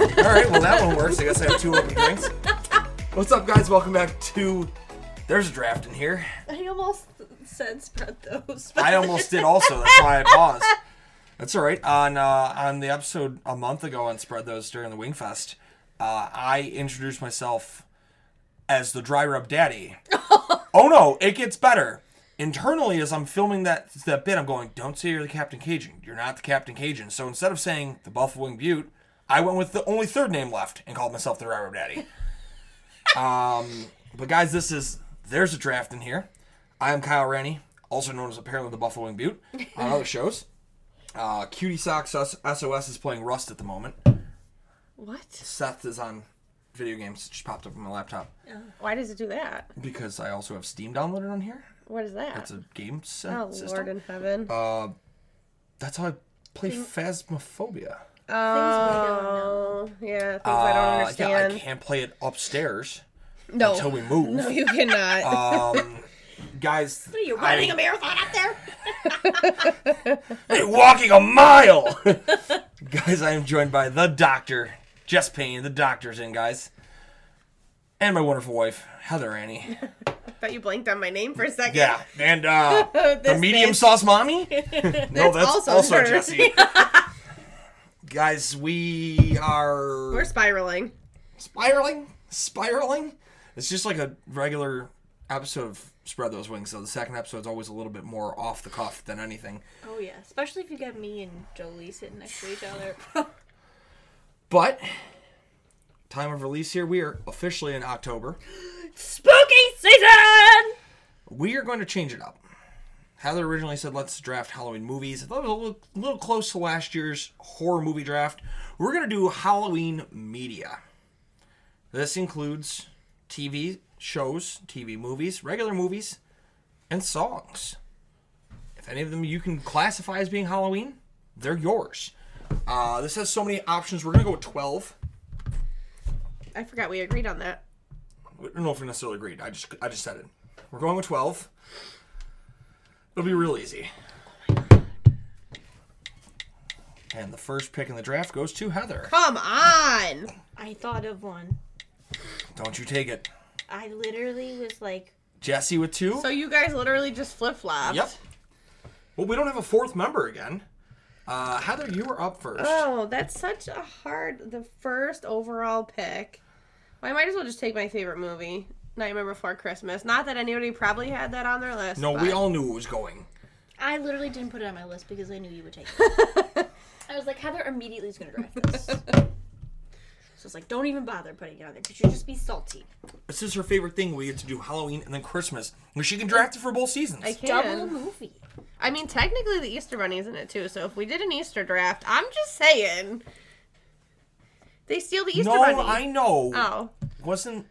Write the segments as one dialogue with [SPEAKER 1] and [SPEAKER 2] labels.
[SPEAKER 1] All right, well that one works. I guess I have two open drinks. What's up, guys? Welcome back to. There's a draft in here.
[SPEAKER 2] I almost said spread those.
[SPEAKER 1] I almost did also. That's why I paused. That's all right. On uh, on the episode a month ago on Spread Those during the Wingfest, uh, I introduced myself as the dry rub daddy. oh no, it gets better. Internally, as I'm filming that that bit, I'm going, "Don't say you're the Captain Cajun. You're not the Captain Cajun." So instead of saying the Buffalo Wing Butte, I went with the only third name left and called myself the dry rub daddy. um, but guys, this is there's a draft in here. I am Kyle Rennie, also known as apparently the Buffalo Wing Butte, on other shows. Uh, Cutie Socks S- SOS is playing Rust at the moment.
[SPEAKER 2] What?
[SPEAKER 1] Seth is on video games. It just popped up on my laptop
[SPEAKER 2] Why does it do that?
[SPEAKER 1] because I also have Steam downloaded on here.
[SPEAKER 2] What is that?
[SPEAKER 1] It's a Uh, game sy-
[SPEAKER 2] oh,
[SPEAKER 1] system.
[SPEAKER 2] Lord in heaven.
[SPEAKER 1] That's how I play Phasmophobia.
[SPEAKER 2] oh, yeah, things I
[SPEAKER 1] Uh,
[SPEAKER 2] don't
[SPEAKER 1] yeah,
[SPEAKER 2] understand.
[SPEAKER 1] I can't play it upstairs
[SPEAKER 2] no.
[SPEAKER 1] until we move.
[SPEAKER 2] no, you cannot.
[SPEAKER 1] Guys,
[SPEAKER 3] What are you
[SPEAKER 1] Uh, I-
[SPEAKER 3] running a marathon up there?
[SPEAKER 1] Hey, walking a mile. guys, I am joined by the doctor, Jess Payne. The doctor's in, guys. And my wonderful wife, Heather Annie.
[SPEAKER 2] thought you blanked on my name for a second.
[SPEAKER 1] Yeah. And uh, the
[SPEAKER 2] This
[SPEAKER 1] medium
[SPEAKER 2] bitch.
[SPEAKER 1] sauce mommy? no, that's also,
[SPEAKER 2] also her.
[SPEAKER 1] Jesse. guys, we are
[SPEAKER 2] We're spiraling.
[SPEAKER 1] spiraling. Spiraling? It's just like a regular episode of Spread Those Wings, so the second episode's always a little bit more off the cuff than anything.
[SPEAKER 3] Oh yeah, especially if you got me and Jolie sitting next to each other.
[SPEAKER 1] But time of release here, we are officially in October.
[SPEAKER 3] Spooky season.
[SPEAKER 1] We are going to change it up. Heather originally said let's draft Halloween movies. I thought it was a little, little close to last year's horror movie draft. We're going to do Halloween media. This includes TV shows, TV movies, regular movies, and songs. If any of them you can classify as being Halloween, they're yours. Uh, this has so many options. We're going to go with 12.
[SPEAKER 2] I forgot we agreed on that.
[SPEAKER 1] I don't know if we necessarily agreed. I just I just said it. We're going with twelve. It'll be real easy. And the first pick in the draft goes to Heather.
[SPEAKER 2] Come on.
[SPEAKER 3] I thought of one.
[SPEAKER 1] Don't you take it.
[SPEAKER 3] I literally was like,
[SPEAKER 1] Jesse with two.
[SPEAKER 2] So you guys literally just flip flopped.
[SPEAKER 1] yep. Well, we don't have a fourth member again. Uh, Heather, you were up first.
[SPEAKER 2] Oh, that's such a hard. The first overall pick. Well, I might as well just take my favorite movie, Nightmare Before Christmas. Not that anybody probably had that on their list.
[SPEAKER 1] no,
[SPEAKER 2] but-
[SPEAKER 1] we all knew it was going.
[SPEAKER 3] I literally didn't put it on my list because I knew you would take it. I was like, Heather immediately is gonna draft this. So it's like, don't even bother putting it on there because you'll just be salty.
[SPEAKER 1] This is her favorite thing. We get to do Halloween and then Christmas. And she can draft it for both seasons.
[SPEAKER 2] I can.
[SPEAKER 3] Double movie.
[SPEAKER 2] I mean, technically the Easter Bunny's in it too. So if we did an Easter draft, I'm just saying, they steal the Easter
[SPEAKER 1] no,
[SPEAKER 2] Bunny.
[SPEAKER 1] I know.
[SPEAKER 2] Oh,
[SPEAKER 1] Wasn't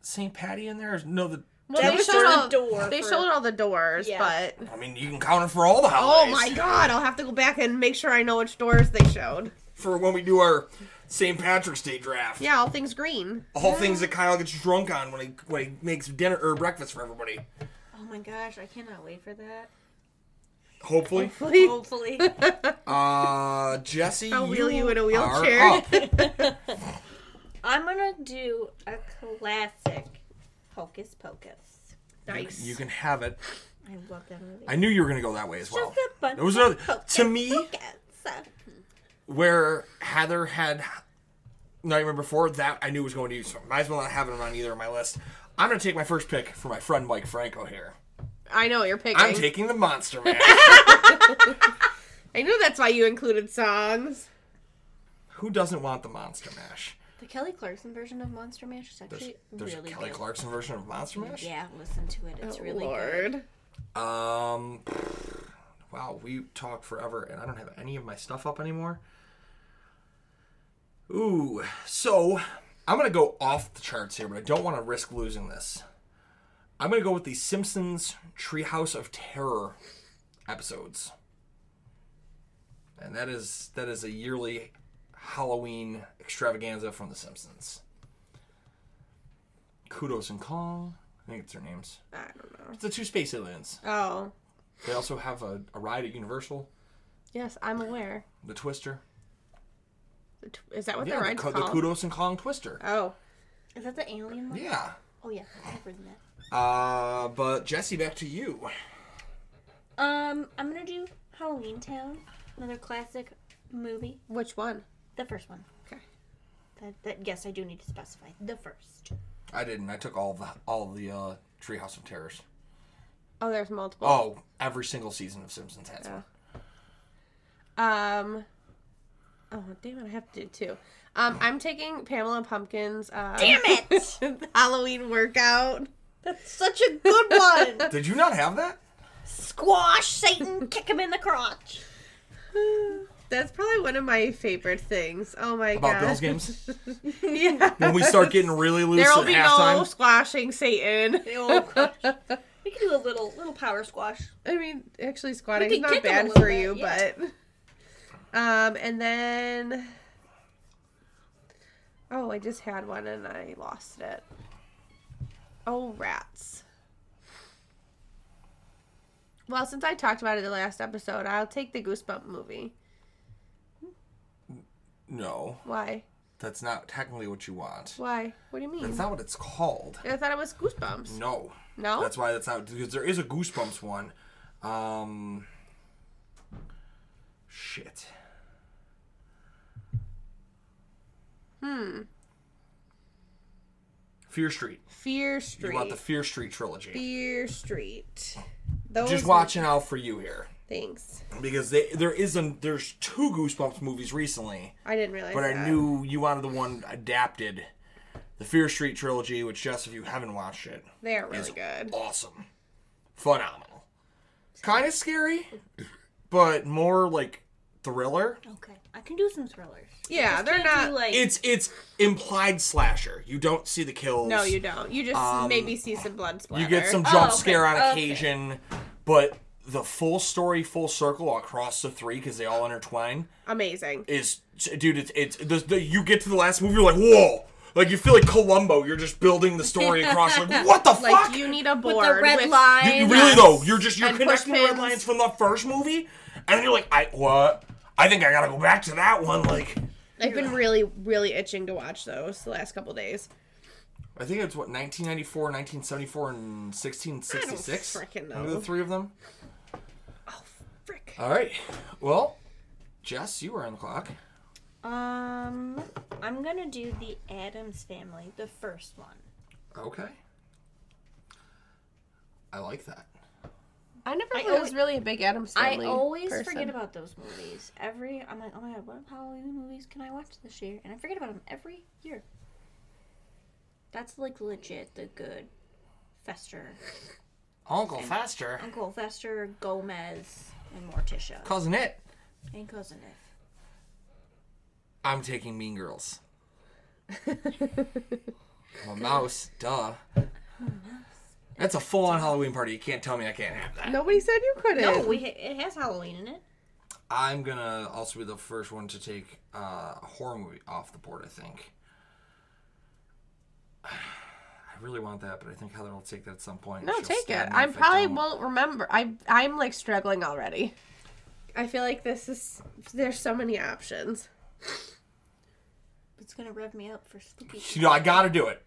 [SPEAKER 1] St. Patty in there? No, the
[SPEAKER 2] well,
[SPEAKER 3] That
[SPEAKER 2] they
[SPEAKER 3] was
[SPEAKER 2] showed
[SPEAKER 3] the
[SPEAKER 2] all
[SPEAKER 3] door
[SPEAKER 2] They
[SPEAKER 3] for-
[SPEAKER 2] showed all the doors,
[SPEAKER 3] Yeah.
[SPEAKER 2] but
[SPEAKER 1] I mean, you can count it for all the
[SPEAKER 2] oh
[SPEAKER 1] holidays.
[SPEAKER 2] my god, I'll have to go back and make sure I know which doors they showed.
[SPEAKER 1] For when we do our St. Patrick's Day draft.
[SPEAKER 2] Yeah, all things green.
[SPEAKER 1] All things that Kyle gets drunk on when he when he makes dinner or breakfast for everybody.
[SPEAKER 3] Oh my gosh, I cannot wait for that.
[SPEAKER 1] Hopefully.
[SPEAKER 3] Hopefully.
[SPEAKER 1] Uh, Jesse,
[SPEAKER 2] I'll wheel you in a
[SPEAKER 1] are
[SPEAKER 2] wheelchair.
[SPEAKER 1] up.
[SPEAKER 3] I'm gonna do a classic Hocus Pocus.
[SPEAKER 2] Nice.
[SPEAKER 1] you can have it.
[SPEAKER 3] I love that movie.
[SPEAKER 1] I knew you were gonna go that way as well.
[SPEAKER 3] Just a bunch
[SPEAKER 1] There was
[SPEAKER 3] of
[SPEAKER 1] another to me
[SPEAKER 3] Pocus.
[SPEAKER 1] where Heather had Nightmare Before that I knew was going to use. So might as well not have it on either of my list. I'm gonna take my first pick for my friend Mike Franco here.
[SPEAKER 2] I know what you're picking.
[SPEAKER 1] I'm taking the Monster Man.
[SPEAKER 2] I knew that's why you included songs.
[SPEAKER 1] Who doesn't want the Monster Mash?
[SPEAKER 3] The Kelly Clarkson version of Monster Mash is
[SPEAKER 1] There's,
[SPEAKER 3] actually
[SPEAKER 1] there's
[SPEAKER 3] really
[SPEAKER 1] a Kelly
[SPEAKER 3] good.
[SPEAKER 1] Clarkson version of Monster Mash.
[SPEAKER 3] Yeah, listen to it. It's
[SPEAKER 2] Oh,
[SPEAKER 3] really good.
[SPEAKER 2] Lord.
[SPEAKER 1] Um, wow, we talked forever, and I don't have any of my stuff up anymore. Ooh, so I'm gonna go off the charts here, but I don't want to risk losing this. I'm gonna go with the Simpsons Treehouse of Terror episodes, and that is that is a yearly Halloween extravaganza from the Simpsons. Kudos and Kong, I think it's their names.
[SPEAKER 2] I don't know.
[SPEAKER 1] It's the two space aliens.
[SPEAKER 2] Oh,
[SPEAKER 1] They also have a, a ride at Universal,
[SPEAKER 2] yes, I'm aware.
[SPEAKER 1] the Twister.
[SPEAKER 2] The tw- Is that what
[SPEAKER 1] yeah,
[SPEAKER 2] the
[SPEAKER 1] the,
[SPEAKER 2] ride's
[SPEAKER 1] Ku- the
[SPEAKER 2] called?
[SPEAKER 1] Kudos and Kong Twister.
[SPEAKER 2] oh,
[SPEAKER 3] Is that the alien one?
[SPEAKER 1] Yeah.
[SPEAKER 3] Oh yeah, I've written that.
[SPEAKER 1] Uh, but Jesse, back to you.
[SPEAKER 3] Um, I'm gonna do Halloween Town, another classic movie.
[SPEAKER 2] which one?
[SPEAKER 3] The first one.
[SPEAKER 2] Okay.
[SPEAKER 3] That, that yes, I do need to specify the first.
[SPEAKER 1] I didn't. I took all the all the uh, Treehouse of Terrors.
[SPEAKER 2] Oh, there's multiple.
[SPEAKER 1] Oh, every single season of Simpsons has one.
[SPEAKER 2] Um. Oh damn it! I have to do two. Um, I'm taking Pamela Pumpkins. Um,
[SPEAKER 3] Damn it!
[SPEAKER 2] Halloween workout.
[SPEAKER 3] That's such a good one.
[SPEAKER 1] Did you not have that?
[SPEAKER 3] Squash Satan, kick him in the crotch.
[SPEAKER 2] That's probably one of my favorite things. Oh my god!
[SPEAKER 1] About Bills games?
[SPEAKER 2] yeah.
[SPEAKER 1] When we start getting really loose
[SPEAKER 2] there will
[SPEAKER 1] at
[SPEAKER 2] be no
[SPEAKER 1] halftime?
[SPEAKER 2] squashing Satan.
[SPEAKER 3] The old crotch. We can do a little little power squash.
[SPEAKER 2] I mean, actually, squatting's
[SPEAKER 3] could
[SPEAKER 2] not
[SPEAKER 3] kick 'em a
[SPEAKER 2] bad
[SPEAKER 3] little
[SPEAKER 2] for
[SPEAKER 3] bit,
[SPEAKER 2] you,
[SPEAKER 3] yeah.
[SPEAKER 2] but. Um, and then. Oh, I just had one and I lost it. Oh, rats. Well, since I talked about it the last episode, I'll take the Goosebump movie.
[SPEAKER 1] No,
[SPEAKER 2] Why?
[SPEAKER 1] that's not technically what you want.
[SPEAKER 2] Why? What do you mean?
[SPEAKER 1] That's not what it's called.
[SPEAKER 2] I thought it was Goosebumps.
[SPEAKER 1] No.
[SPEAKER 2] No?
[SPEAKER 1] That's why that's not because there is a Goosebumps one. Um, shit. Hmm. Fear Street.
[SPEAKER 2] Fear
[SPEAKER 1] You
[SPEAKER 2] Street.
[SPEAKER 1] want the Fear Street trilogy?
[SPEAKER 2] Fear Street. Those
[SPEAKER 1] Just watching out for you here
[SPEAKER 2] Thanks.
[SPEAKER 1] because they, there is a there's two Goosebumps movies recently,
[SPEAKER 2] I didn't realize
[SPEAKER 1] but
[SPEAKER 2] that.
[SPEAKER 1] I knew you wanted the one adapted, the Fear Street trilogy, which just if you haven't watched it,
[SPEAKER 2] They are really
[SPEAKER 1] is
[SPEAKER 2] good.
[SPEAKER 1] awesome, phenomenal, kind of scary, but more like thriller.
[SPEAKER 3] Okay, I can do some thrillers.
[SPEAKER 2] Yeah,
[SPEAKER 3] Just
[SPEAKER 2] they're
[SPEAKER 3] can't do,
[SPEAKER 2] not.
[SPEAKER 3] like
[SPEAKER 1] It's it's implied slasher. You don't see the kills.
[SPEAKER 2] No, you Oh, don't. You just maybe see some blood splatter.
[SPEAKER 1] Um, You get some jump
[SPEAKER 3] okay,
[SPEAKER 1] scare on
[SPEAKER 3] okay.
[SPEAKER 1] occasion, but the full story, full circle across the three because they all intertwine
[SPEAKER 2] amazing.
[SPEAKER 1] is, dude. It's it's the, the, you get to the last movie, you're like whoa, like you feel like Columbo. You're just building the story across. Like what the
[SPEAKER 2] Like
[SPEAKER 1] fuck?
[SPEAKER 2] you need a board
[SPEAKER 3] with the red
[SPEAKER 1] You-
[SPEAKER 3] line.
[SPEAKER 1] you really
[SPEAKER 2] Yes.
[SPEAKER 1] though, you're just you're
[SPEAKER 2] um, And
[SPEAKER 1] connecting the red
[SPEAKER 2] pushpins.
[SPEAKER 1] lines from the first movie, and you're like, I what? I think I gotta go back to that one. Like,
[SPEAKER 2] I've been really, really itching to watch those the last couple days.
[SPEAKER 1] I think it's what 1994, 1974, and 1666.
[SPEAKER 2] I don't frickin'
[SPEAKER 1] Remember
[SPEAKER 2] know.
[SPEAKER 1] the three of them.
[SPEAKER 2] Frick.
[SPEAKER 1] All right. Well, Jess, you were on the clock.
[SPEAKER 3] Um, I'm gonna do the Adams Family, the first one.
[SPEAKER 1] Okay. I like that.
[SPEAKER 2] I never
[SPEAKER 3] I
[SPEAKER 2] I was
[SPEAKER 3] alwa-
[SPEAKER 2] really a big Adams family.
[SPEAKER 3] I always
[SPEAKER 2] person.
[SPEAKER 3] forget about those movies. Every I'm like, oh my god, what Halloween movies can I watch this year? And I forget about them every year. That's like legit the good Fester,
[SPEAKER 1] Uncle Faster.
[SPEAKER 3] Uncle Fester, Gomez, and Morticia,
[SPEAKER 1] Cousin It.
[SPEAKER 3] and Cousin If.
[SPEAKER 1] I'm taking Mean Girls. I'm a mouse. Duh. That's a full on Halloween party. You can't tell me I can't have that.
[SPEAKER 2] Nobody said you couldn't.
[SPEAKER 3] No, we ha- it has Halloween in it.
[SPEAKER 1] I'm going to also be the first one to take uh, a horror movie off the board, I think. I really want that, but I think Heather will take that at some point.
[SPEAKER 2] No,
[SPEAKER 1] She'll
[SPEAKER 2] take
[SPEAKER 1] stab
[SPEAKER 2] it.
[SPEAKER 1] me
[SPEAKER 2] I
[SPEAKER 1] if
[SPEAKER 2] probably
[SPEAKER 1] don't.
[SPEAKER 2] won't remember. I I'm like struggling already. I feel like this is there's so many options.
[SPEAKER 3] It's gonna rev me up for spooky.
[SPEAKER 1] You know, I got to do it.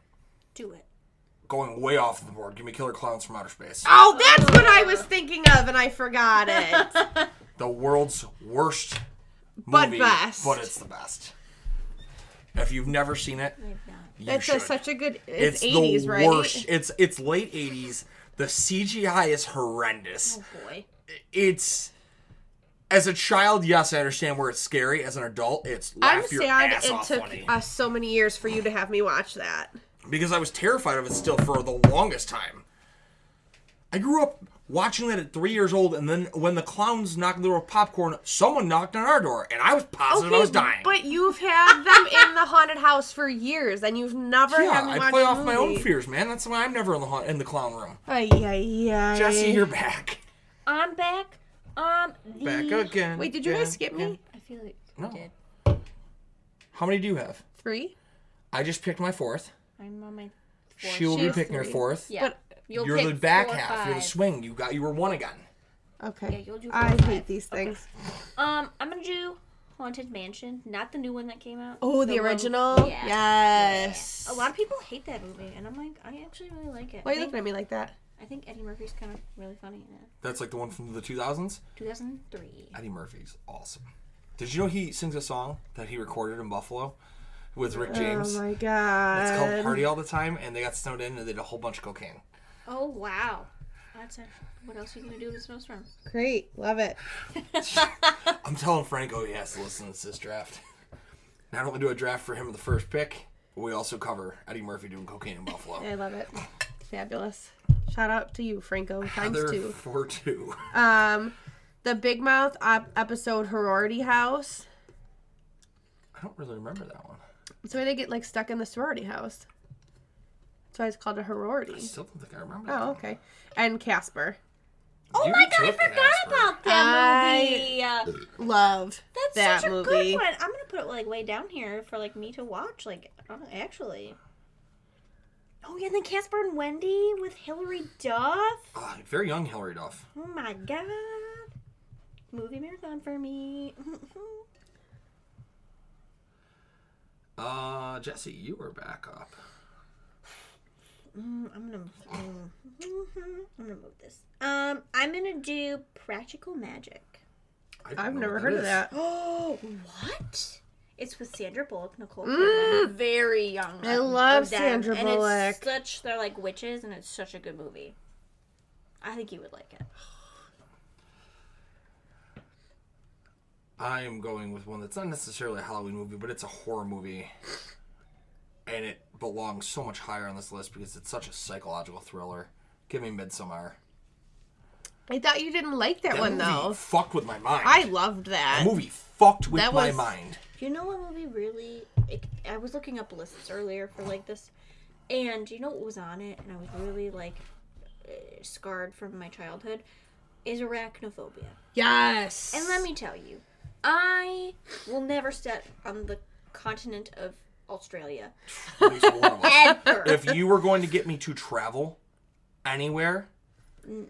[SPEAKER 3] Do it.
[SPEAKER 1] Going way off the board. Give me Killer Clowns from Outer Space.
[SPEAKER 2] Oh, that's what I was thinking of, and I forgot it.
[SPEAKER 1] the world's worst movie,
[SPEAKER 2] But best.
[SPEAKER 1] but it's the best. If you've never seen it,
[SPEAKER 3] If not,
[SPEAKER 1] you
[SPEAKER 2] That's a,
[SPEAKER 1] should.
[SPEAKER 2] such a good.
[SPEAKER 1] it's
[SPEAKER 2] It's, 80s,
[SPEAKER 1] the
[SPEAKER 2] right?
[SPEAKER 1] worst. It's it's late '80s. The CGI is horrendous.
[SPEAKER 3] oh boy.
[SPEAKER 1] It's As a child, yes, I understand where it's scary. As an adult, it's laugh
[SPEAKER 2] I'm
[SPEAKER 1] your
[SPEAKER 2] sad
[SPEAKER 1] ass
[SPEAKER 2] it
[SPEAKER 1] off
[SPEAKER 2] took
[SPEAKER 1] funny.
[SPEAKER 2] us so many years for you to have me watch that.
[SPEAKER 1] because I was terrified of it still for the longest time. I grew up watching that at three years old, and then when the clowns knocked on the door with popcorn, someone knocked on our door, and I was positive I was dying.
[SPEAKER 2] but you've had them in the haunted house for years, and you've never
[SPEAKER 1] yeah,
[SPEAKER 2] had me
[SPEAKER 1] I
[SPEAKER 2] watch
[SPEAKER 1] play
[SPEAKER 2] a
[SPEAKER 1] off my own
[SPEAKER 2] movie.
[SPEAKER 1] fears, man. That's why I'm never in the haunt, in the clown room.
[SPEAKER 2] Ay, ay, ay.
[SPEAKER 1] Jesse, you're back.
[SPEAKER 3] I'm back. Um, the...
[SPEAKER 1] Back again.
[SPEAKER 2] Wait, did you
[SPEAKER 1] Yeah,
[SPEAKER 2] guys skip
[SPEAKER 1] yeah.
[SPEAKER 2] me?
[SPEAKER 3] I feel like
[SPEAKER 1] No.
[SPEAKER 3] I did.
[SPEAKER 1] How many do you have?
[SPEAKER 2] Three.
[SPEAKER 1] I just picked my fourth.
[SPEAKER 3] I'm on my. fourth
[SPEAKER 1] She will be
[SPEAKER 3] shift.
[SPEAKER 1] picking her
[SPEAKER 2] three.
[SPEAKER 1] fourth.
[SPEAKER 3] Yeah.
[SPEAKER 2] But-
[SPEAKER 3] you'll
[SPEAKER 1] You're
[SPEAKER 3] pick
[SPEAKER 1] the back
[SPEAKER 3] four or
[SPEAKER 1] half. You're the
[SPEAKER 3] five.
[SPEAKER 1] swing. You got. You were one again.
[SPEAKER 2] Okay.
[SPEAKER 3] you'll do
[SPEAKER 2] I
[SPEAKER 3] four or
[SPEAKER 2] hate
[SPEAKER 3] five.
[SPEAKER 2] these
[SPEAKER 3] Okay.
[SPEAKER 2] things.
[SPEAKER 3] Um, I'm gonna do Haunted Mansion, not the new one that came out.
[SPEAKER 2] Oh, the,
[SPEAKER 3] one-
[SPEAKER 2] original.
[SPEAKER 3] yeah. Oh,
[SPEAKER 2] Yes.
[SPEAKER 3] A lot of people hate that movie, and I'm like, I actually really like it.
[SPEAKER 2] Why
[SPEAKER 3] I,
[SPEAKER 2] are you
[SPEAKER 3] think,
[SPEAKER 2] looking at me like that?
[SPEAKER 3] I think Eddie Murphy's kind of really funny in it.
[SPEAKER 1] That's like the one from the 2000s.
[SPEAKER 3] 2003.
[SPEAKER 1] Eddie Murphy's awesome. Did you know he sings a song that he recorded in Buffalo with Rick James?
[SPEAKER 2] Oh my god.
[SPEAKER 1] It's called Party All the Time, and they got snowed in and they did a whole bunch of cocaine.
[SPEAKER 3] Oh wow. That's a, what else are you gonna do in a snowstorm?
[SPEAKER 2] Great. Love it.
[SPEAKER 1] I'm telling Franco he has to listen to this draft. Not only do a draft for him in the first pick, but we also cover Eddie Murphy doing cocaine in Buffalo.
[SPEAKER 2] I love it. Fabulous. Shout out to you, Franco. Times
[SPEAKER 1] Other
[SPEAKER 2] two.
[SPEAKER 1] four two.
[SPEAKER 2] Um, the Big Mouth op- episode, Horority House.
[SPEAKER 1] I don't really remember that one.
[SPEAKER 2] So they get like stuck in the sorority house. That's why it's called a
[SPEAKER 1] I
[SPEAKER 2] horority.
[SPEAKER 1] still don't think I remember. that
[SPEAKER 2] Oh,
[SPEAKER 1] one.
[SPEAKER 2] okay. And Casper.
[SPEAKER 3] Oh
[SPEAKER 1] You
[SPEAKER 3] my god, I
[SPEAKER 1] took
[SPEAKER 3] forgot
[SPEAKER 1] Casper.
[SPEAKER 3] about that
[SPEAKER 2] I-
[SPEAKER 3] movie. Uh,
[SPEAKER 2] Love
[SPEAKER 3] That's
[SPEAKER 2] that
[SPEAKER 3] such a
[SPEAKER 2] movie.
[SPEAKER 3] good one. I'm gonna put it like way down here for like me to watch. Like um, actually. Oh yeah, and then Casper and Wendy with Hilary Duff.
[SPEAKER 1] Ah, very young Hillary Duff.
[SPEAKER 3] Oh my god. Movie marathon for me.
[SPEAKER 1] Uh, Jesse, you were back up.
[SPEAKER 3] Mm, I'm gonna. mm, I'm gonna move this. Um, I'm gonna do practical magic.
[SPEAKER 1] I don't
[SPEAKER 2] I've
[SPEAKER 1] know
[SPEAKER 2] never
[SPEAKER 1] what
[SPEAKER 2] heard of
[SPEAKER 1] is.
[SPEAKER 2] that.
[SPEAKER 3] Oh, what? It's with Sandra Bullock, Nicole Kidman, very young.
[SPEAKER 2] Mm. I
[SPEAKER 3] of
[SPEAKER 2] love
[SPEAKER 3] them,
[SPEAKER 2] Sandra
[SPEAKER 3] and
[SPEAKER 2] Bullock.
[SPEAKER 3] It's such they're like witches, and it's such a good movie. I think you would like it.
[SPEAKER 1] I am going with one that's not necessarily a Halloween movie, but it's a horror movie. And it belongs so much higher on this list because it's such a psychological thriller. Give me Midsommar.
[SPEAKER 2] I thought you didn't like that, one
[SPEAKER 1] movie
[SPEAKER 2] though.
[SPEAKER 1] fucked with my mind.
[SPEAKER 2] I loved
[SPEAKER 1] that
[SPEAKER 2] that.
[SPEAKER 1] movie fucked with
[SPEAKER 2] That
[SPEAKER 1] my
[SPEAKER 2] was-
[SPEAKER 1] mind.
[SPEAKER 3] You know what movie really? It, I was looking up lists earlier for like this, and you know what was on it, and I was really like uh, scarred from my childhood. Is arachnophobia.
[SPEAKER 2] Yes.
[SPEAKER 3] And let me tell you, I will never step on the continent of Australia.
[SPEAKER 1] At least one of us.
[SPEAKER 3] Ever.
[SPEAKER 1] if you were going to get me to travel anywhere,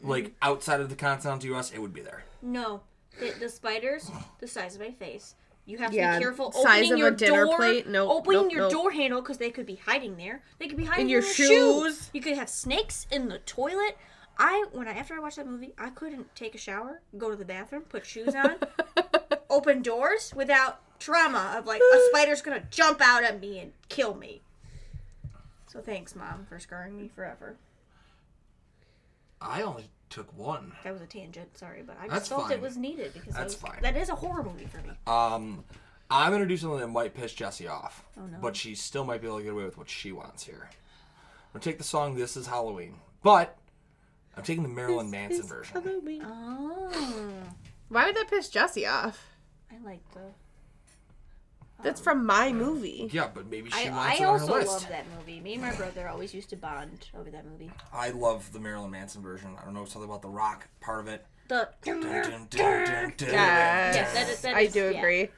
[SPEAKER 1] like outside of the continental US, it would be there.
[SPEAKER 3] no. The, the spiders, the size of my face. You have to
[SPEAKER 2] Yeah,
[SPEAKER 3] be careful
[SPEAKER 2] size
[SPEAKER 3] opening
[SPEAKER 2] of a
[SPEAKER 3] your
[SPEAKER 2] dinner
[SPEAKER 3] door,
[SPEAKER 2] plate. Nope,
[SPEAKER 3] opening
[SPEAKER 2] nope,
[SPEAKER 3] your
[SPEAKER 2] nope.
[SPEAKER 3] door handle because they could be hiding there. They could be hiding in
[SPEAKER 2] your
[SPEAKER 3] your,
[SPEAKER 2] shoes.
[SPEAKER 3] You could have snakes in the toilet. I when I after I watched that movie, I couldn't take a shower, go to the bathroom, put shoes on, open doors without trauma of like a spider's gonna jump out at me and kill me. So thanks, mom, for scarring me forever.
[SPEAKER 1] I only took one.
[SPEAKER 3] That was a tangent, sorry, but I just
[SPEAKER 1] That's
[SPEAKER 3] felt
[SPEAKER 1] fine.
[SPEAKER 3] it was needed because that
[SPEAKER 1] That's
[SPEAKER 3] was-
[SPEAKER 1] fine.
[SPEAKER 3] that is a horror movie for me.
[SPEAKER 1] Um, I'm gonna do something that might piss Jessie off,
[SPEAKER 3] Oh, no.
[SPEAKER 1] but she still might be able to get away with what she wants here. I'm gonna take the song "This Is Halloween," but I'm taking the Marilyn Manson version.
[SPEAKER 3] Oh,
[SPEAKER 2] Why would that piss Jesse off?
[SPEAKER 3] I like the.
[SPEAKER 2] That's from my movie.
[SPEAKER 1] Yeah, but maybe she
[SPEAKER 3] I,
[SPEAKER 1] wants
[SPEAKER 3] I
[SPEAKER 1] it on her
[SPEAKER 3] also
[SPEAKER 1] list.
[SPEAKER 3] love that movie. Me and my brother always used to bond over that movie.
[SPEAKER 1] I love the Marilyn Manson version. I don't know something about the rock part of it.
[SPEAKER 3] The
[SPEAKER 1] Dun, dun, dun, dun, dun.
[SPEAKER 3] Yes, that is- that
[SPEAKER 2] I
[SPEAKER 3] is-
[SPEAKER 2] do
[SPEAKER 3] yeah.
[SPEAKER 2] agree.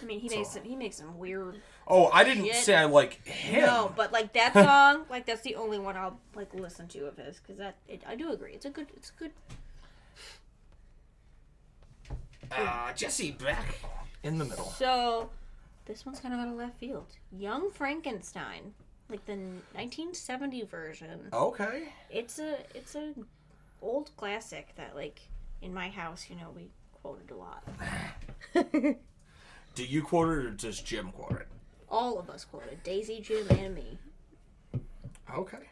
[SPEAKER 3] I mean, he makes some, he makes some weird.
[SPEAKER 1] Oh, I didn't
[SPEAKER 3] Shit.
[SPEAKER 1] say I like him.
[SPEAKER 3] No, but like that song, like that's the only one I'll like listen to of his because that it, I do agree. It's a good. It's a good.
[SPEAKER 1] uh, Jesse back in the middle.
[SPEAKER 3] So, this one's kind of out of left field. Young Frankenstein, like the 1970 version.
[SPEAKER 1] Okay.
[SPEAKER 3] It's a it's a old classic that like in my house, you know, we quoted a lot.
[SPEAKER 1] Do you quote it or does Jim quote it?
[SPEAKER 3] All of us quoted Daisy, Jim, and me.
[SPEAKER 1] Okay.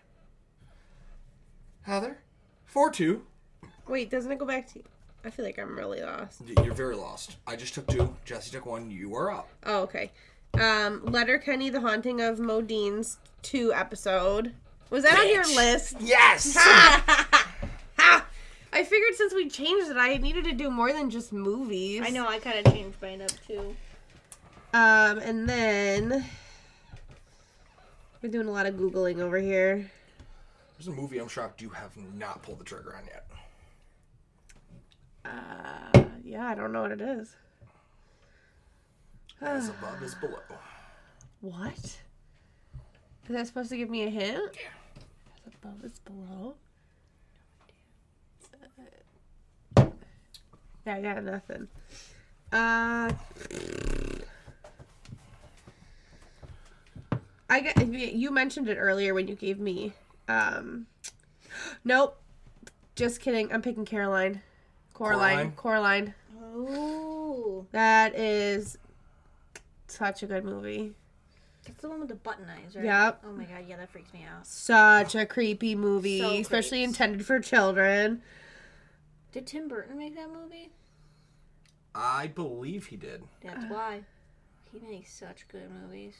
[SPEAKER 1] Heather, four two.
[SPEAKER 2] Wait, doesn't it go back to I feel like I'm really lost.
[SPEAKER 1] You're very lost. I just took two. Jesse took one. You are up.
[SPEAKER 2] Oh, okay. Um, Letterkenny, The Haunting of Modine's 2 episode. Was that on your
[SPEAKER 1] Bitch.
[SPEAKER 2] list?
[SPEAKER 1] Yes.
[SPEAKER 2] Ha! I figured since we changed it, I needed to do more than just movies.
[SPEAKER 3] I know I kind of changed mine up too.
[SPEAKER 2] Um, and then we're doing a lot of googling over here.
[SPEAKER 1] There's a movie I'm shocked you have not pulled the trigger on yet.
[SPEAKER 2] Uh, yeah, I don't know what it is.
[SPEAKER 1] As above is below.
[SPEAKER 2] What? Is that supposed to give me a hint? It's above, it's below. Yeah, I got nothing. Uh, I got. You mentioned it earlier when you gave me. Um, nope. Just kidding. I'm picking Caroline. Coraline.
[SPEAKER 1] Coraline?
[SPEAKER 2] Coraline.
[SPEAKER 3] Oh,
[SPEAKER 2] That is such a good movie.
[SPEAKER 3] that's the one with the button eyes, right?
[SPEAKER 2] Yep.
[SPEAKER 3] Oh my god, yeah, that freaks me out.
[SPEAKER 2] Such a creepy movie,
[SPEAKER 3] So
[SPEAKER 2] especially
[SPEAKER 3] creeps.
[SPEAKER 2] intended for children.
[SPEAKER 3] Did Tim Burton make that movie?
[SPEAKER 1] I believe he did.
[SPEAKER 3] That's why he makes such good movies.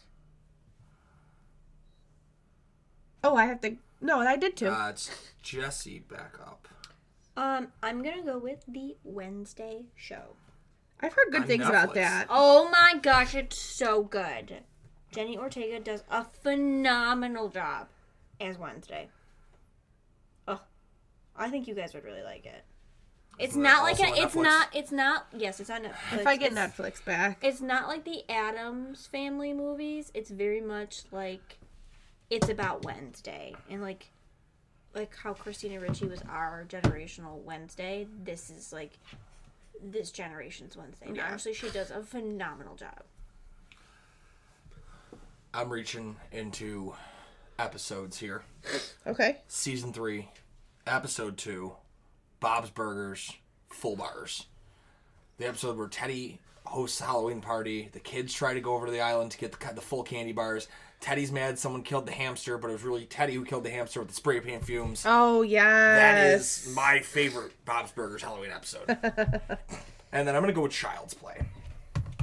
[SPEAKER 2] Oh, I have to. No, I did too.
[SPEAKER 1] Uh, it's Jesse back up.
[SPEAKER 3] Um, I'm gonna go with the Wednesday show.
[SPEAKER 2] I've heard good
[SPEAKER 1] on
[SPEAKER 2] things about
[SPEAKER 1] Netflix.
[SPEAKER 2] that.
[SPEAKER 3] Oh my gosh, it's so good. Jenny Ortega does a phenomenal job as Wednesday. Oh, I think you guys would really like it. It's
[SPEAKER 1] Isn't that
[SPEAKER 3] not like
[SPEAKER 1] also
[SPEAKER 3] a,
[SPEAKER 1] on
[SPEAKER 3] it's
[SPEAKER 1] Netflix?
[SPEAKER 3] not it's not yes it's on Netflix.
[SPEAKER 2] If I get
[SPEAKER 3] it's,
[SPEAKER 2] Netflix back,
[SPEAKER 3] it's not like the Adams Family movies. It's very much like it's about Wednesday and like like how Christina Ricci was our generational Wednesday. This is like this generation's Wednesday. And
[SPEAKER 2] Yeah.
[SPEAKER 3] Honestly, she does a phenomenal job.
[SPEAKER 1] I'm reaching into episodes here.
[SPEAKER 2] okay.
[SPEAKER 1] Season three, episode two, Bob's Burgers, Full Bars. The episode where Teddy hosts a Halloween party. The kids try to go over to the island to get the, the full candy bars. Teddy's mad someone killed the hamster, but it was really Teddy who killed the hamster with the spray paint fumes.
[SPEAKER 2] Oh
[SPEAKER 1] That
[SPEAKER 2] yes.
[SPEAKER 1] is my favorite Bob's Burgers Halloween episode. and then I'm gonna go with Child's Play.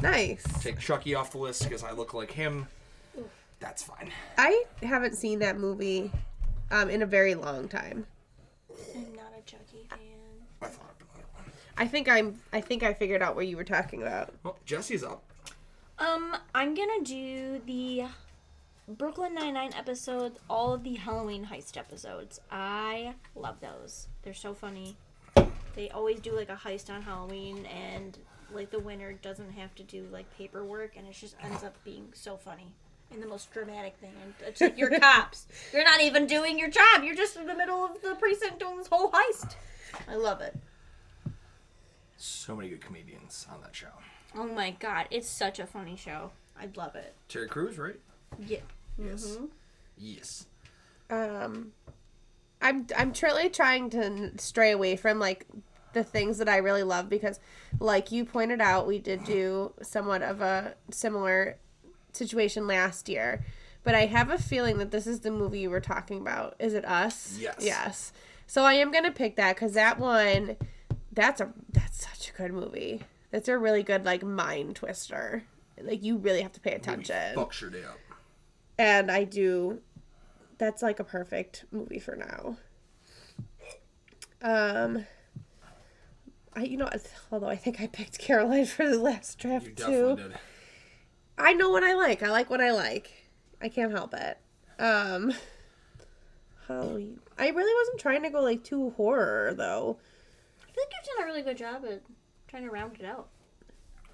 [SPEAKER 2] nice.
[SPEAKER 1] Take Chucky off the list because I look like him. That's fine.
[SPEAKER 2] I haven't seen that movie um, in a very long time.
[SPEAKER 3] I'm not a Chucky fan.
[SPEAKER 1] I thought I'd be like,
[SPEAKER 2] I think I'm. I think I figured out what you were talking about.
[SPEAKER 1] well, Oh, Jesse's up.
[SPEAKER 3] Um, I'm gonna do the Brooklyn Nine Nine episodes, all of the Halloween heist episodes. I love those. They're so funny. They always do like a heist on Halloween, and like the winner doesn't have to do like paperwork, and it just ends up being so funny and the most dramatic thing. And it's like you're cops. You're not even doing your job. You're just in the middle of the precinct doing this whole heist. I love it.
[SPEAKER 1] So many good comedians on that show.
[SPEAKER 3] Oh my god, it's such a funny show. I love it.
[SPEAKER 1] Terry Crews, right?
[SPEAKER 3] Yeah.
[SPEAKER 1] Yes.
[SPEAKER 2] Mm-hmm.
[SPEAKER 1] Yes.
[SPEAKER 2] Um, I'm. I'm truly trying to n- stray away from like the things that I really love because, like you pointed out, we did do somewhat of a similar situation last year. But I have a feeling that this is the movie you were talking about. Is it Us?
[SPEAKER 1] Yes.
[SPEAKER 2] Yes. So I am gonna pick that because that one, that's a that's such a good movie. That's a really good like mind twister. Like you really have to pay
[SPEAKER 1] We
[SPEAKER 2] attention.
[SPEAKER 1] fucked your day up.
[SPEAKER 2] And I do. That's like a perfect movie for now. Um, I you know although I think I picked Caroline for the last draft
[SPEAKER 1] You
[SPEAKER 2] too.
[SPEAKER 1] definitely did.
[SPEAKER 2] I know what I like. I like what I like. I can't help it. Um, Halloween. I really wasn't trying to go like too horror though.
[SPEAKER 3] I feel like you've done a really good job at trying to round it out.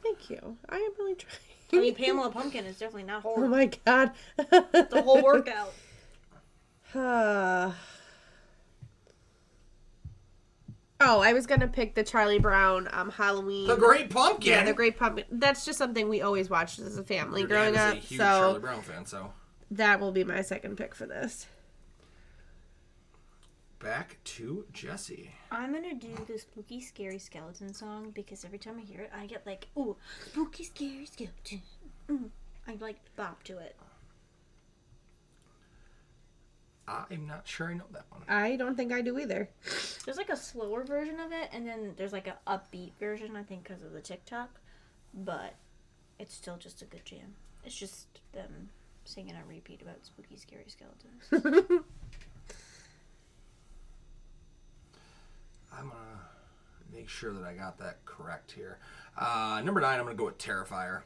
[SPEAKER 2] Thank you. I am really trying.
[SPEAKER 3] I mean, Pamela Pumpkin is definitely not
[SPEAKER 2] Oh
[SPEAKER 3] horrible.
[SPEAKER 2] my god.
[SPEAKER 3] The whole workout.
[SPEAKER 2] Uh, oh, I was gonna pick the Charlie Brown um, Halloween.
[SPEAKER 1] The Great Pumpkin.
[SPEAKER 2] Yeah, the Great Pumpkin. That's just something we always watched as a family
[SPEAKER 1] Your dad
[SPEAKER 2] growing
[SPEAKER 1] is
[SPEAKER 2] up.
[SPEAKER 1] a huge Charlie
[SPEAKER 2] So
[SPEAKER 1] Brown fan, so
[SPEAKER 2] that will be my second pick for this.
[SPEAKER 1] back to Jesse.
[SPEAKER 3] I'm gonna do the spooky, scary skeleton song because every time I hear it, I get like, ooh, spooky, scary skeleton. Mm-hmm. Mm. I like bop to it.
[SPEAKER 1] I'm not sure I know that one.
[SPEAKER 2] I don't think I do either.
[SPEAKER 3] There's like a slower version of it, and then there's like an upbeat version, I think, because of the TikTok. But it's still just a good jam. It's just them singing on repeat about spooky, scary skeletons.
[SPEAKER 1] I'm gonna make sure that I got that correct here. Uh, number nine, I'm gonna go with Terrifier.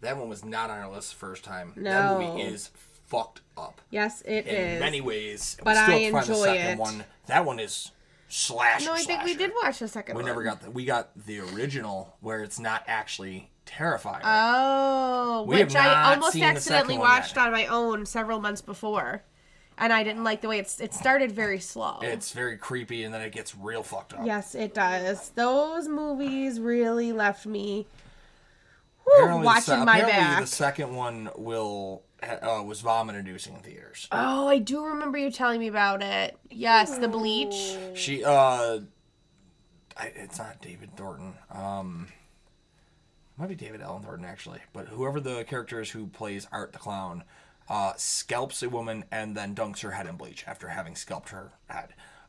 [SPEAKER 1] That one was not on our list the first time. That movie
[SPEAKER 2] No.
[SPEAKER 1] is fucked up
[SPEAKER 2] Yes, it
[SPEAKER 1] in
[SPEAKER 2] is.
[SPEAKER 1] many ways.
[SPEAKER 2] But I
[SPEAKER 1] can't find
[SPEAKER 2] enjoy
[SPEAKER 1] the second
[SPEAKER 2] it.
[SPEAKER 1] One that one is slash.
[SPEAKER 2] no, I think we
[SPEAKER 1] slasher.
[SPEAKER 2] did watch the second
[SPEAKER 1] We
[SPEAKER 2] one.
[SPEAKER 1] never got the we got the original where it's not actually Terrifier.
[SPEAKER 2] Oh,
[SPEAKER 1] We have
[SPEAKER 2] which
[SPEAKER 1] not
[SPEAKER 2] I almost
[SPEAKER 1] seen the
[SPEAKER 2] accidentally
[SPEAKER 1] second one yet.
[SPEAKER 2] watched on my own several months before, and I didn't like the way it's. It started very slow.
[SPEAKER 1] it's very creepy, and then it gets real fucked up.
[SPEAKER 2] Yes, it does. Those movies really left me whew,
[SPEAKER 1] Apparently the se-
[SPEAKER 2] watching my
[SPEAKER 1] apparently
[SPEAKER 2] back.
[SPEAKER 1] the second one will uh, was vomit inducing in theaters.
[SPEAKER 2] Oh, I do remember you telling me about it. Yes, the bleach.
[SPEAKER 1] She uh, I, it's not David Thornton. Um, it might be David Allen Thornton actually, but whoever the character is who plays Art the Clown, uh, scalps a woman and then dunks her head in bleach after having scalped her head.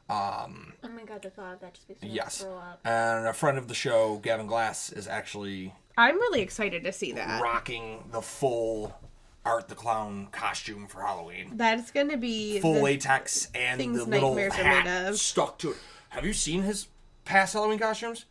[SPEAKER 1] Um,
[SPEAKER 3] oh my god, the thought of that just makes me wanna
[SPEAKER 1] yes,
[SPEAKER 3] throw up.
[SPEAKER 1] and a friend of the show, Gavin Glass, is actually
[SPEAKER 2] I'm really excited to see that.
[SPEAKER 1] rocking the full Art the Clown costume for Halloween.
[SPEAKER 2] That's gonna be
[SPEAKER 1] full
[SPEAKER 2] the-
[SPEAKER 1] latex and
[SPEAKER 2] things
[SPEAKER 1] the little
[SPEAKER 2] nightmares are made
[SPEAKER 1] hat
[SPEAKER 2] of.
[SPEAKER 1] stuck to it. Have you seen his past Halloween costumes?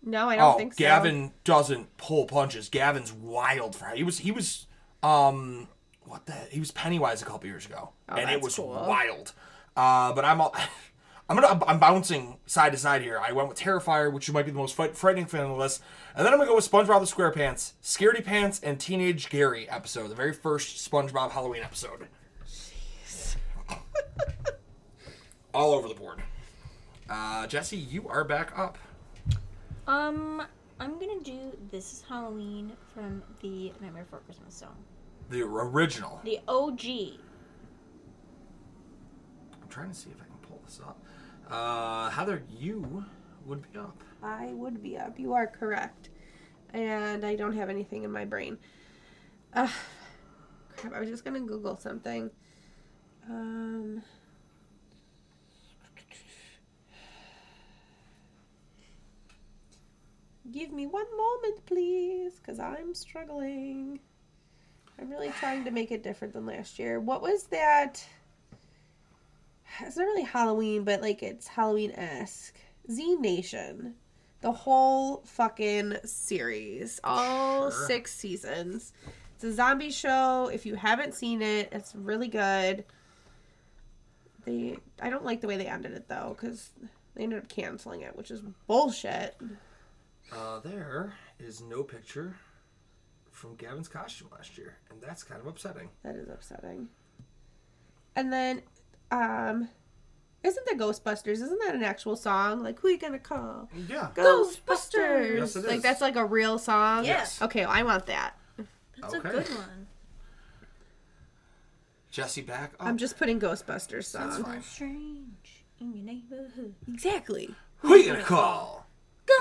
[SPEAKER 2] No, I don't
[SPEAKER 1] Oh,
[SPEAKER 2] think so.
[SPEAKER 1] Gavin doesn't pull punches. Gavin's wild for he was he was um what the he was Pennywise a couple years ago, and it
[SPEAKER 2] Oh, that's
[SPEAKER 1] was
[SPEAKER 2] cool.
[SPEAKER 1] wild. Uh, but I'm all. I'm gonna. I'm bouncing side to side here. I went with Terrifier, which might be the most fright- frightening film on the list, and then I'm gonna go with SpongeBob the SquarePants, Scaredy Pants, and Teenage Gary episode, the very first SpongeBob Halloween episode. all over the board. Uh, Jesse, you are back up.
[SPEAKER 3] Um, I'm gonna do This is Halloween from the Nightmare Before Christmas song.
[SPEAKER 1] The original.
[SPEAKER 3] The OG.
[SPEAKER 1] I'm trying to see if I can pull this up. Uh, Heather, you would be up.
[SPEAKER 2] I would be up. You are correct. And I don't have anything in my brain. Uh, crap, I was just gonna Google something. Um. Give me one moment, please, because I'm struggling. I'm really trying to make it different than last year. What was that? It's not really Halloween, but like it's Halloween esque. Z Nation. The whole fucking series. All
[SPEAKER 1] Sure.
[SPEAKER 2] six seasons. It's a zombie show. If you haven't seen it, it's really good. They I don't like the way they ended it though, because they ended up canceling it, which is bullshit.
[SPEAKER 1] Uh, there is no picture from Gavin's costume last year, and that's kind of upsetting.
[SPEAKER 2] That is upsetting. And then, um, isn't the Ghostbusters? Isn't that an actual song? Like, who you gonna call?
[SPEAKER 1] Yeah.
[SPEAKER 2] Ghostbusters.
[SPEAKER 1] Yes, it
[SPEAKER 2] Like
[SPEAKER 1] is.
[SPEAKER 2] that's like a real song.
[SPEAKER 1] Yes.
[SPEAKER 2] Okay, well, I want that.
[SPEAKER 3] That's
[SPEAKER 1] Okay.
[SPEAKER 3] a good one.
[SPEAKER 1] Jesse back up.
[SPEAKER 2] I'm just putting Ghostbusters song.
[SPEAKER 1] That's fine.
[SPEAKER 3] Strange in your neighborhood.
[SPEAKER 2] Exactly.
[SPEAKER 1] Who you gonna call?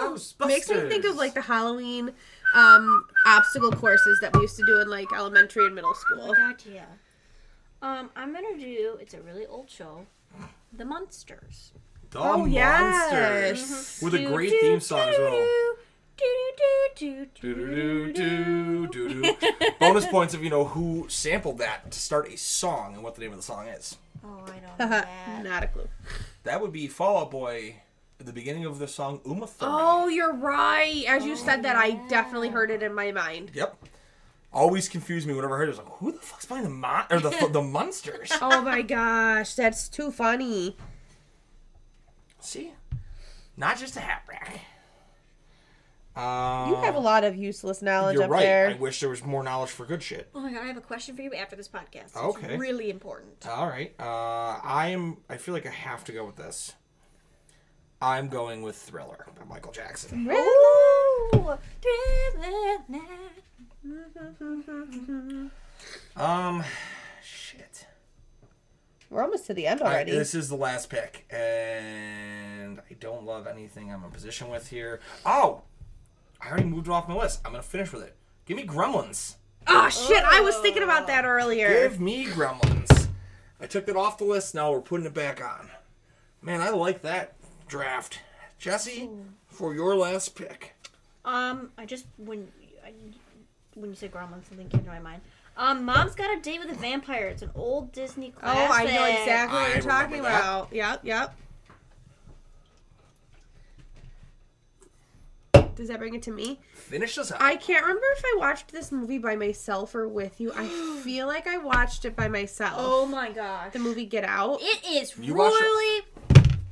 [SPEAKER 1] Ghostbusters.
[SPEAKER 2] Makes me think of like the Halloween um obstacle courses that we used to do in like elementary and middle school.
[SPEAKER 3] Good idea. Um, I'm gonna do. It's a really old show. The Monsters.
[SPEAKER 1] the
[SPEAKER 2] Oh, yes. Mm-hmm.
[SPEAKER 1] monsters with a great theme song as well. Do-do-do-do-do. Bonus points if you know who sampled that to start a song and what the name of the song is.
[SPEAKER 3] Oh, I don't know that.
[SPEAKER 2] Not a clue.
[SPEAKER 1] That would be Fall Out Boy at the beginning of the song Uma Thurman.
[SPEAKER 2] Oh, you're right. As you said that, I definitely heard it in my mind.
[SPEAKER 1] Yep. Always confused me whenever I heard it. I was like, who the fuck's playing the mon- or the the monsters?
[SPEAKER 2] Oh my gosh, that's too funny.
[SPEAKER 1] See, not just a hat rack. Uh,
[SPEAKER 2] You have a lot of useless knowledge
[SPEAKER 1] Um, you're
[SPEAKER 2] up
[SPEAKER 1] right. I
[SPEAKER 2] there.
[SPEAKER 1] wish there was more knowledge for good shit.
[SPEAKER 3] Oh my god, I have a question for you after this podcast. It's
[SPEAKER 1] Okay.
[SPEAKER 3] really important.
[SPEAKER 1] All right. Uh, I am. I feel like I have to go with this. I'm going with Thriller by Michael Jackson.
[SPEAKER 3] Ooh, thriller night.
[SPEAKER 1] Um, shit.
[SPEAKER 2] We're almost to the end
[SPEAKER 1] I-
[SPEAKER 2] already.
[SPEAKER 1] this is the last pick, and I don't love anything I'm in position with here. Oh, I already moved it off my list. I'm gonna finish with it. Give me Gremlins.
[SPEAKER 3] Ah,
[SPEAKER 2] oh shit, I was thinking about that earlier.
[SPEAKER 1] Give me Gremlins. I took that off the list. Now we're putting it back on. Man, I like that draft. Jesse, for your last pick.
[SPEAKER 3] Um, I just when I, when you said Gremlins, something came to my mind. Um, Mom's got a date with a vampire. It's an old Disney
[SPEAKER 2] Oh,
[SPEAKER 3] classic.
[SPEAKER 2] I know exactly
[SPEAKER 1] I
[SPEAKER 2] what you're talking
[SPEAKER 1] remember that.
[SPEAKER 2] about. Yep, yep. Does that bring it to me?
[SPEAKER 1] Finish this out.
[SPEAKER 2] I can't remember if I watched this movie by myself or with you. I feel like I watched it by myself.
[SPEAKER 3] Oh my gosh!
[SPEAKER 2] The movie Get Out.
[SPEAKER 3] It is
[SPEAKER 1] You watched it?
[SPEAKER 3] really,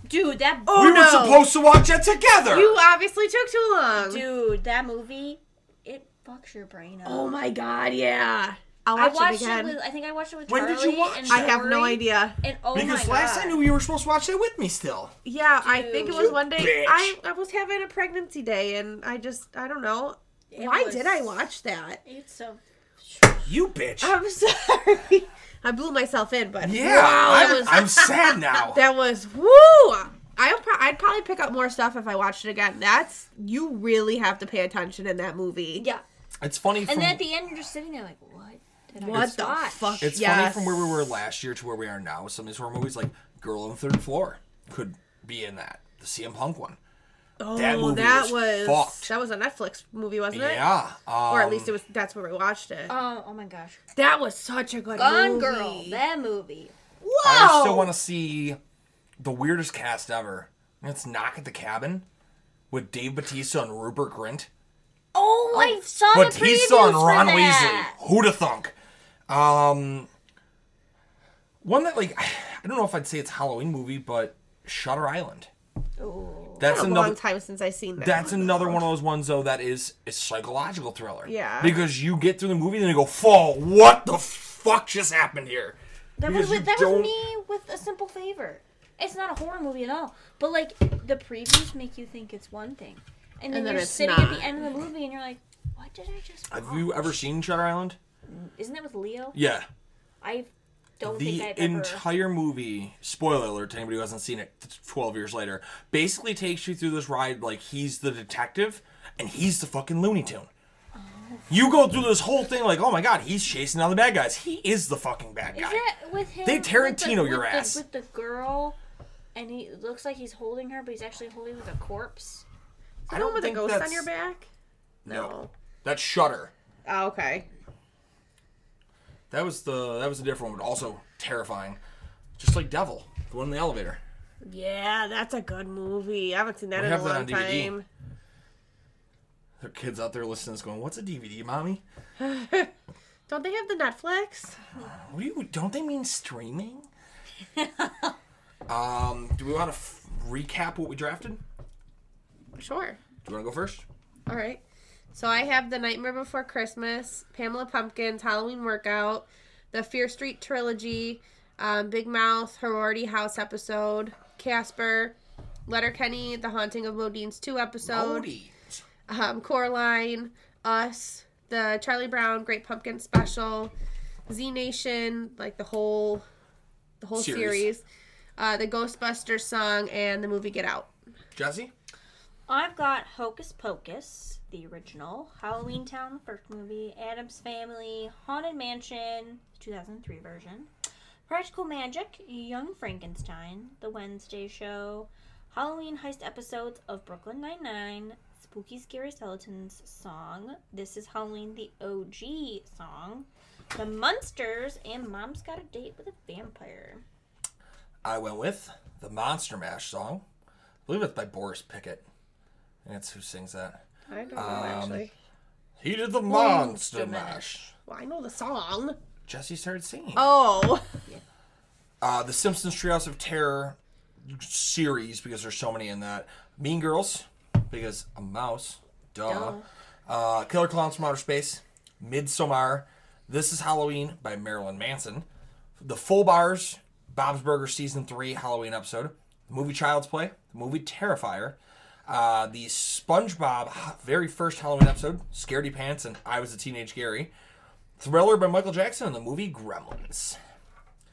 [SPEAKER 3] dude. That
[SPEAKER 1] we
[SPEAKER 2] Oh,
[SPEAKER 1] were
[SPEAKER 2] no.
[SPEAKER 1] supposed to watch it together.
[SPEAKER 2] You obviously took too long.
[SPEAKER 3] dude, that movie, it fucks your brain up.
[SPEAKER 2] Oh my god, yeah. I'll
[SPEAKER 3] I
[SPEAKER 2] watch
[SPEAKER 3] watched it,
[SPEAKER 2] it again.
[SPEAKER 3] with. I think I watched it with
[SPEAKER 1] When
[SPEAKER 3] Charlie.
[SPEAKER 1] did you watch
[SPEAKER 3] and
[SPEAKER 1] it?
[SPEAKER 2] I have no
[SPEAKER 3] Corey,
[SPEAKER 2] idea.
[SPEAKER 3] And oh
[SPEAKER 1] because
[SPEAKER 3] my
[SPEAKER 1] last
[SPEAKER 3] God.
[SPEAKER 1] I knew you were supposed to watch that with me still.
[SPEAKER 2] Yeah, I think it was
[SPEAKER 3] Dude.
[SPEAKER 2] one day
[SPEAKER 1] Bitch.
[SPEAKER 2] I, I was having a pregnancy day and I just I don't know.
[SPEAKER 3] It
[SPEAKER 2] Why
[SPEAKER 3] was-
[SPEAKER 2] did I watch that?
[SPEAKER 3] It's so.
[SPEAKER 1] You bitch.
[SPEAKER 2] I'm sorry. I blew myself in, but
[SPEAKER 1] yeah,
[SPEAKER 2] wow, that
[SPEAKER 1] I'm,
[SPEAKER 2] was
[SPEAKER 1] I'm sad now.
[SPEAKER 2] that was woo. I'll pro- I'd probably pick up more stuff if I watched it again. That's you really have to pay attention in that movie.
[SPEAKER 3] Yeah.
[SPEAKER 1] it's funny. From,
[SPEAKER 3] And then at the end, you're just sitting there like, what? Did I
[SPEAKER 2] What
[SPEAKER 3] just
[SPEAKER 2] the
[SPEAKER 3] watch?
[SPEAKER 2] fuck?
[SPEAKER 1] it's funny
[SPEAKER 2] Yes.
[SPEAKER 1] from where we were last year to where we are now. with Some of these horror movies, like Girl on the Third Floor, could be in that. The CM Punk one.
[SPEAKER 2] Oh,
[SPEAKER 1] That movie was
[SPEAKER 2] that was,
[SPEAKER 1] fucked.
[SPEAKER 2] that was a Netflix movie, wasn't it?
[SPEAKER 1] Yeah. Um,
[SPEAKER 2] Or at least it was. That's where we watched it.
[SPEAKER 3] Oh, oh my gosh.
[SPEAKER 2] that was such a good
[SPEAKER 3] Gone
[SPEAKER 2] movie.
[SPEAKER 3] Girl. That movie.
[SPEAKER 1] I
[SPEAKER 2] Whoa!
[SPEAKER 1] still want to see the weirdest cast ever. And It's Knock at the Cabin with Dave Batista and Rupert Grint.
[SPEAKER 3] Oh, I saw the previews
[SPEAKER 1] Batista and
[SPEAKER 3] for
[SPEAKER 1] Ron Weasley.
[SPEAKER 3] that.
[SPEAKER 1] Who'da thunk? Um, one that like I don't know if I'd say it's a Halloween movie, but Shutter Island.
[SPEAKER 3] Ooh.
[SPEAKER 1] That's
[SPEAKER 2] a
[SPEAKER 1] another.
[SPEAKER 2] long time since I seen that.
[SPEAKER 1] That's another one of those ones though that is a psychological thriller.
[SPEAKER 2] Yeah.
[SPEAKER 1] Because you get through the movie and you go, "Fall! What the fuck just happened here?"
[SPEAKER 3] That
[SPEAKER 1] Because
[SPEAKER 3] was
[SPEAKER 1] you
[SPEAKER 3] with, that
[SPEAKER 1] don't-
[SPEAKER 3] was me with a simple favor. It's not a horror movie at all, but like the previews make you think it's one thing, and then,
[SPEAKER 2] And then
[SPEAKER 3] you're
[SPEAKER 2] it's
[SPEAKER 3] sitting at
[SPEAKER 2] not.
[SPEAKER 3] the end of the movie and you're like, "What did I just?"
[SPEAKER 1] Have
[SPEAKER 3] watch?
[SPEAKER 1] you ever seen Shutter Island?
[SPEAKER 3] Isn't that with Leo?
[SPEAKER 1] Yeah.
[SPEAKER 3] I don't
[SPEAKER 1] the
[SPEAKER 3] think I've ever.
[SPEAKER 1] entire movie spoiler alert to anybody who hasn't seen it t- 12 years later basically takes you through this ride like he's the detective and he's the fucking looney tune
[SPEAKER 3] Oh.
[SPEAKER 1] you go through this whole thing like oh my god he's chasing down the bad guys he is the fucking bad guy
[SPEAKER 3] Is that with him?
[SPEAKER 1] They
[SPEAKER 3] with the-
[SPEAKER 1] Tarantino
[SPEAKER 3] with
[SPEAKER 1] your
[SPEAKER 3] the-
[SPEAKER 1] ass.
[SPEAKER 3] with the girl, and he it looks like he's holding her, but he's actually holding like a corpse.
[SPEAKER 1] i
[SPEAKER 2] One with a ghost on
[SPEAKER 1] that's-
[SPEAKER 2] your back.
[SPEAKER 1] no that's shutter
[SPEAKER 2] Oh, okay.
[SPEAKER 1] that was the that was a different one but also terrifying just like devil the one in the elevator
[SPEAKER 2] Yeah, that's a good movie. I haven't seen that
[SPEAKER 1] We
[SPEAKER 2] in
[SPEAKER 1] have
[SPEAKER 2] a
[SPEAKER 1] that
[SPEAKER 2] long
[SPEAKER 1] on DVD.
[SPEAKER 2] time.
[SPEAKER 1] there are kids out there listening to this going what's a dvd mommy
[SPEAKER 2] Don't they have the Netflix?
[SPEAKER 1] What do you? Don't they mean streaming? um, do we want to f- recap what we drafted? Do
[SPEAKER 2] Sure.
[SPEAKER 1] you want to go first?
[SPEAKER 2] All right. So I have The Nightmare Before Christmas, Pamela Pumpkins, Halloween Workout, the Fear Street Trilogy, um, Big Mouth, Sorority House episode, Casper, Letterkenny, The Haunting of Modine's 2 episode,
[SPEAKER 1] Odie's.
[SPEAKER 2] um, Coraline, Us, the Charlie Brown Great Pumpkin special, Z Nation, like the whole, the whole
[SPEAKER 1] Series.
[SPEAKER 2] series, uh, the Ghostbusters song, and the movie Get Out.
[SPEAKER 1] Jesse.
[SPEAKER 3] I've got Hocus Pocus, the original, Halloween Town, the first movie, Adam's Family, Haunted Mansion, 2003 version, Practical Magic, Young Frankenstein, The Wednesday Show, Halloween Heist episodes of Brooklyn Nine-Nine, Spooky Scary Skeletons song, This is Halloween, the OG song, The Munsters, and Mom's Got a Date with a Vampire.
[SPEAKER 1] I went with the Monster Mash song. I believe it's by Boris Pickett. And it's who sings that.
[SPEAKER 2] I don't know
[SPEAKER 1] Um,
[SPEAKER 2] actually.
[SPEAKER 1] He did the Monster Mash.
[SPEAKER 2] Well, I know the song.
[SPEAKER 1] Jesse started singing.
[SPEAKER 2] Oh.
[SPEAKER 1] Uh, the Simpsons Treehouse of Terror series because there's so many in that. Mean Girls because a mouse, duh. Uh, Killer Clowns from Outer Space, Midsommar, This Is Halloween by Marilyn Manson, The Full Bars, Bob's Burger season three Halloween episode, the movie Child's Play, the movie Terrifier, uh, the SpongeBob very first Halloween episode, Scaredy Pants and I Was a Teenage Gary, Thriller by Michael Jackson, and the movie Gremlins.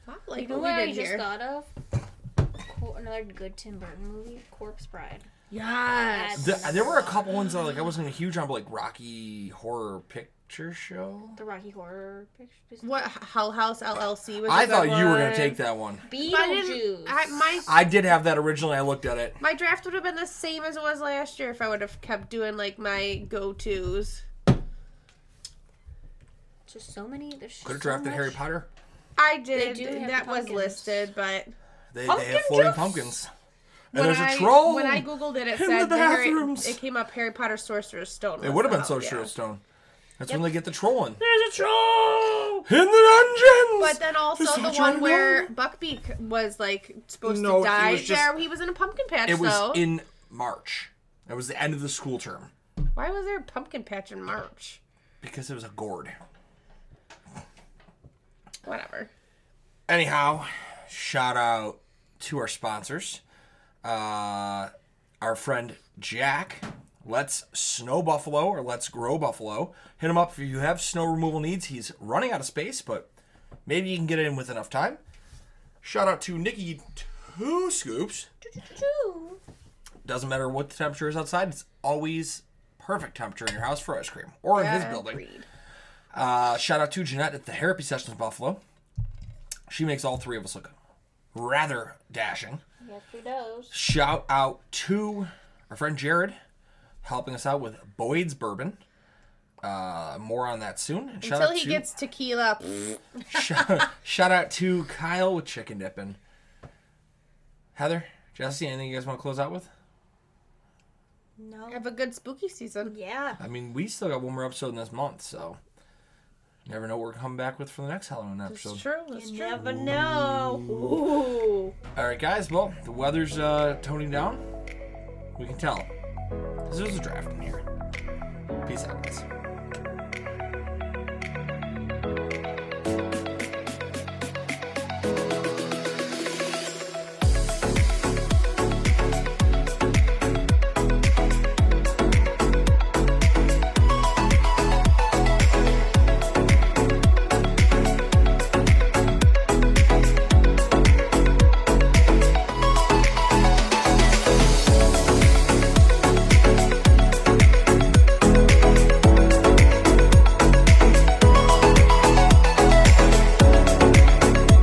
[SPEAKER 2] I like
[SPEAKER 3] You know
[SPEAKER 2] what
[SPEAKER 3] what
[SPEAKER 2] we
[SPEAKER 3] I
[SPEAKER 2] did
[SPEAKER 3] just
[SPEAKER 2] here.
[SPEAKER 3] thought of? Co- Another good Tim Burton movie, Corpse Bride.
[SPEAKER 2] Yes.
[SPEAKER 1] The, there were a couple ones that like I wasn't even huge on, but like Rocky Horror Picture Picture Show.
[SPEAKER 3] The Rocky Horror Picture.
[SPEAKER 2] What Hell House LLC was?
[SPEAKER 1] I
[SPEAKER 2] a good
[SPEAKER 1] thought you were gonna
[SPEAKER 2] one.
[SPEAKER 1] take that one.
[SPEAKER 2] But I
[SPEAKER 3] Beetlejuice.
[SPEAKER 2] didn't. I, my
[SPEAKER 1] I did have that originally. I looked at it.
[SPEAKER 2] my draft would have been the same as it was last year if I would have kept doing like my go tos.
[SPEAKER 3] just so many. There's just
[SPEAKER 1] Could have drafted
[SPEAKER 3] so much.
[SPEAKER 1] Harry Potter.
[SPEAKER 2] I did.
[SPEAKER 3] do have
[SPEAKER 2] that
[SPEAKER 3] the
[SPEAKER 2] was
[SPEAKER 3] pumpkins.
[SPEAKER 2] listed, but
[SPEAKER 1] They, they
[SPEAKER 3] Pumpkin
[SPEAKER 1] have floating
[SPEAKER 3] juice.
[SPEAKER 1] pumpkins. And
[SPEAKER 2] when
[SPEAKER 1] there's
[SPEAKER 2] I-
[SPEAKER 1] a troll.
[SPEAKER 2] When I googled it, it
[SPEAKER 1] in
[SPEAKER 2] said
[SPEAKER 1] the
[SPEAKER 2] the Harry-
[SPEAKER 1] bathrooms.
[SPEAKER 2] it came up Harry Potter Sorcerer's Stone.
[SPEAKER 1] it
[SPEAKER 2] was
[SPEAKER 1] would have been
[SPEAKER 2] out,
[SPEAKER 1] Sorcerer's
[SPEAKER 2] Oh, yeah.
[SPEAKER 1] Stone. That's when they get the troll in.
[SPEAKER 3] There's a troll.
[SPEAKER 1] In the dungeons.
[SPEAKER 2] But then also
[SPEAKER 1] There's
[SPEAKER 2] the
[SPEAKER 1] such
[SPEAKER 2] one
[SPEAKER 1] a
[SPEAKER 2] where
[SPEAKER 1] no-
[SPEAKER 2] Buckbeak was like supposed
[SPEAKER 1] No,
[SPEAKER 2] to
[SPEAKER 1] he
[SPEAKER 2] die.
[SPEAKER 1] was just-
[SPEAKER 2] there, he was in a pumpkin patch
[SPEAKER 1] it was
[SPEAKER 2] though.
[SPEAKER 1] in March. It was the end of the school term
[SPEAKER 2] Why was there a pumpkin patch in March?
[SPEAKER 1] because it was a gourd.
[SPEAKER 2] Whatever.
[SPEAKER 1] Anyhow, shout out to our sponsors. Uh, our friend Jack, Let's Snow Buffalo or Let's Grow Buffalo. Hit him up if you have snow removal needs. He's running out of space, but maybe you can get it in with enough time. Shout out to Nikki Two Scoops.
[SPEAKER 3] Two.
[SPEAKER 1] Doesn't matter what the temperature is outside, it's always perfect temperature in your house for ice cream or in his building.
[SPEAKER 2] Agreed.
[SPEAKER 1] Uh, shout out to Jeanette at the Therapy Sessions in Buffalo. She makes all three of us look rather dashing.
[SPEAKER 3] Yes, she does.
[SPEAKER 1] Shout out to our friend Jared helping us out with Boyd's Bourbon. Uh, more on that soon. And shout
[SPEAKER 2] Until
[SPEAKER 1] out
[SPEAKER 2] he
[SPEAKER 1] to,
[SPEAKER 2] gets tequila. pfft.
[SPEAKER 1] shout, shout out to Kyle with Chicken Dippin'. Heather, Jesse, anything you guys want to close out with?
[SPEAKER 3] No.
[SPEAKER 2] Have a good spooky season.
[SPEAKER 3] Yeah.
[SPEAKER 1] I mean, we still got one more episode in this month, so never know what we're coming back with for the next Halloween episode.
[SPEAKER 2] It's true. It's
[SPEAKER 3] You
[SPEAKER 2] true.
[SPEAKER 3] never know. Ooh.
[SPEAKER 1] All right, guys. Well, the weather's uh, toning down. We can tell. This is a draft in here. Peace out, guys.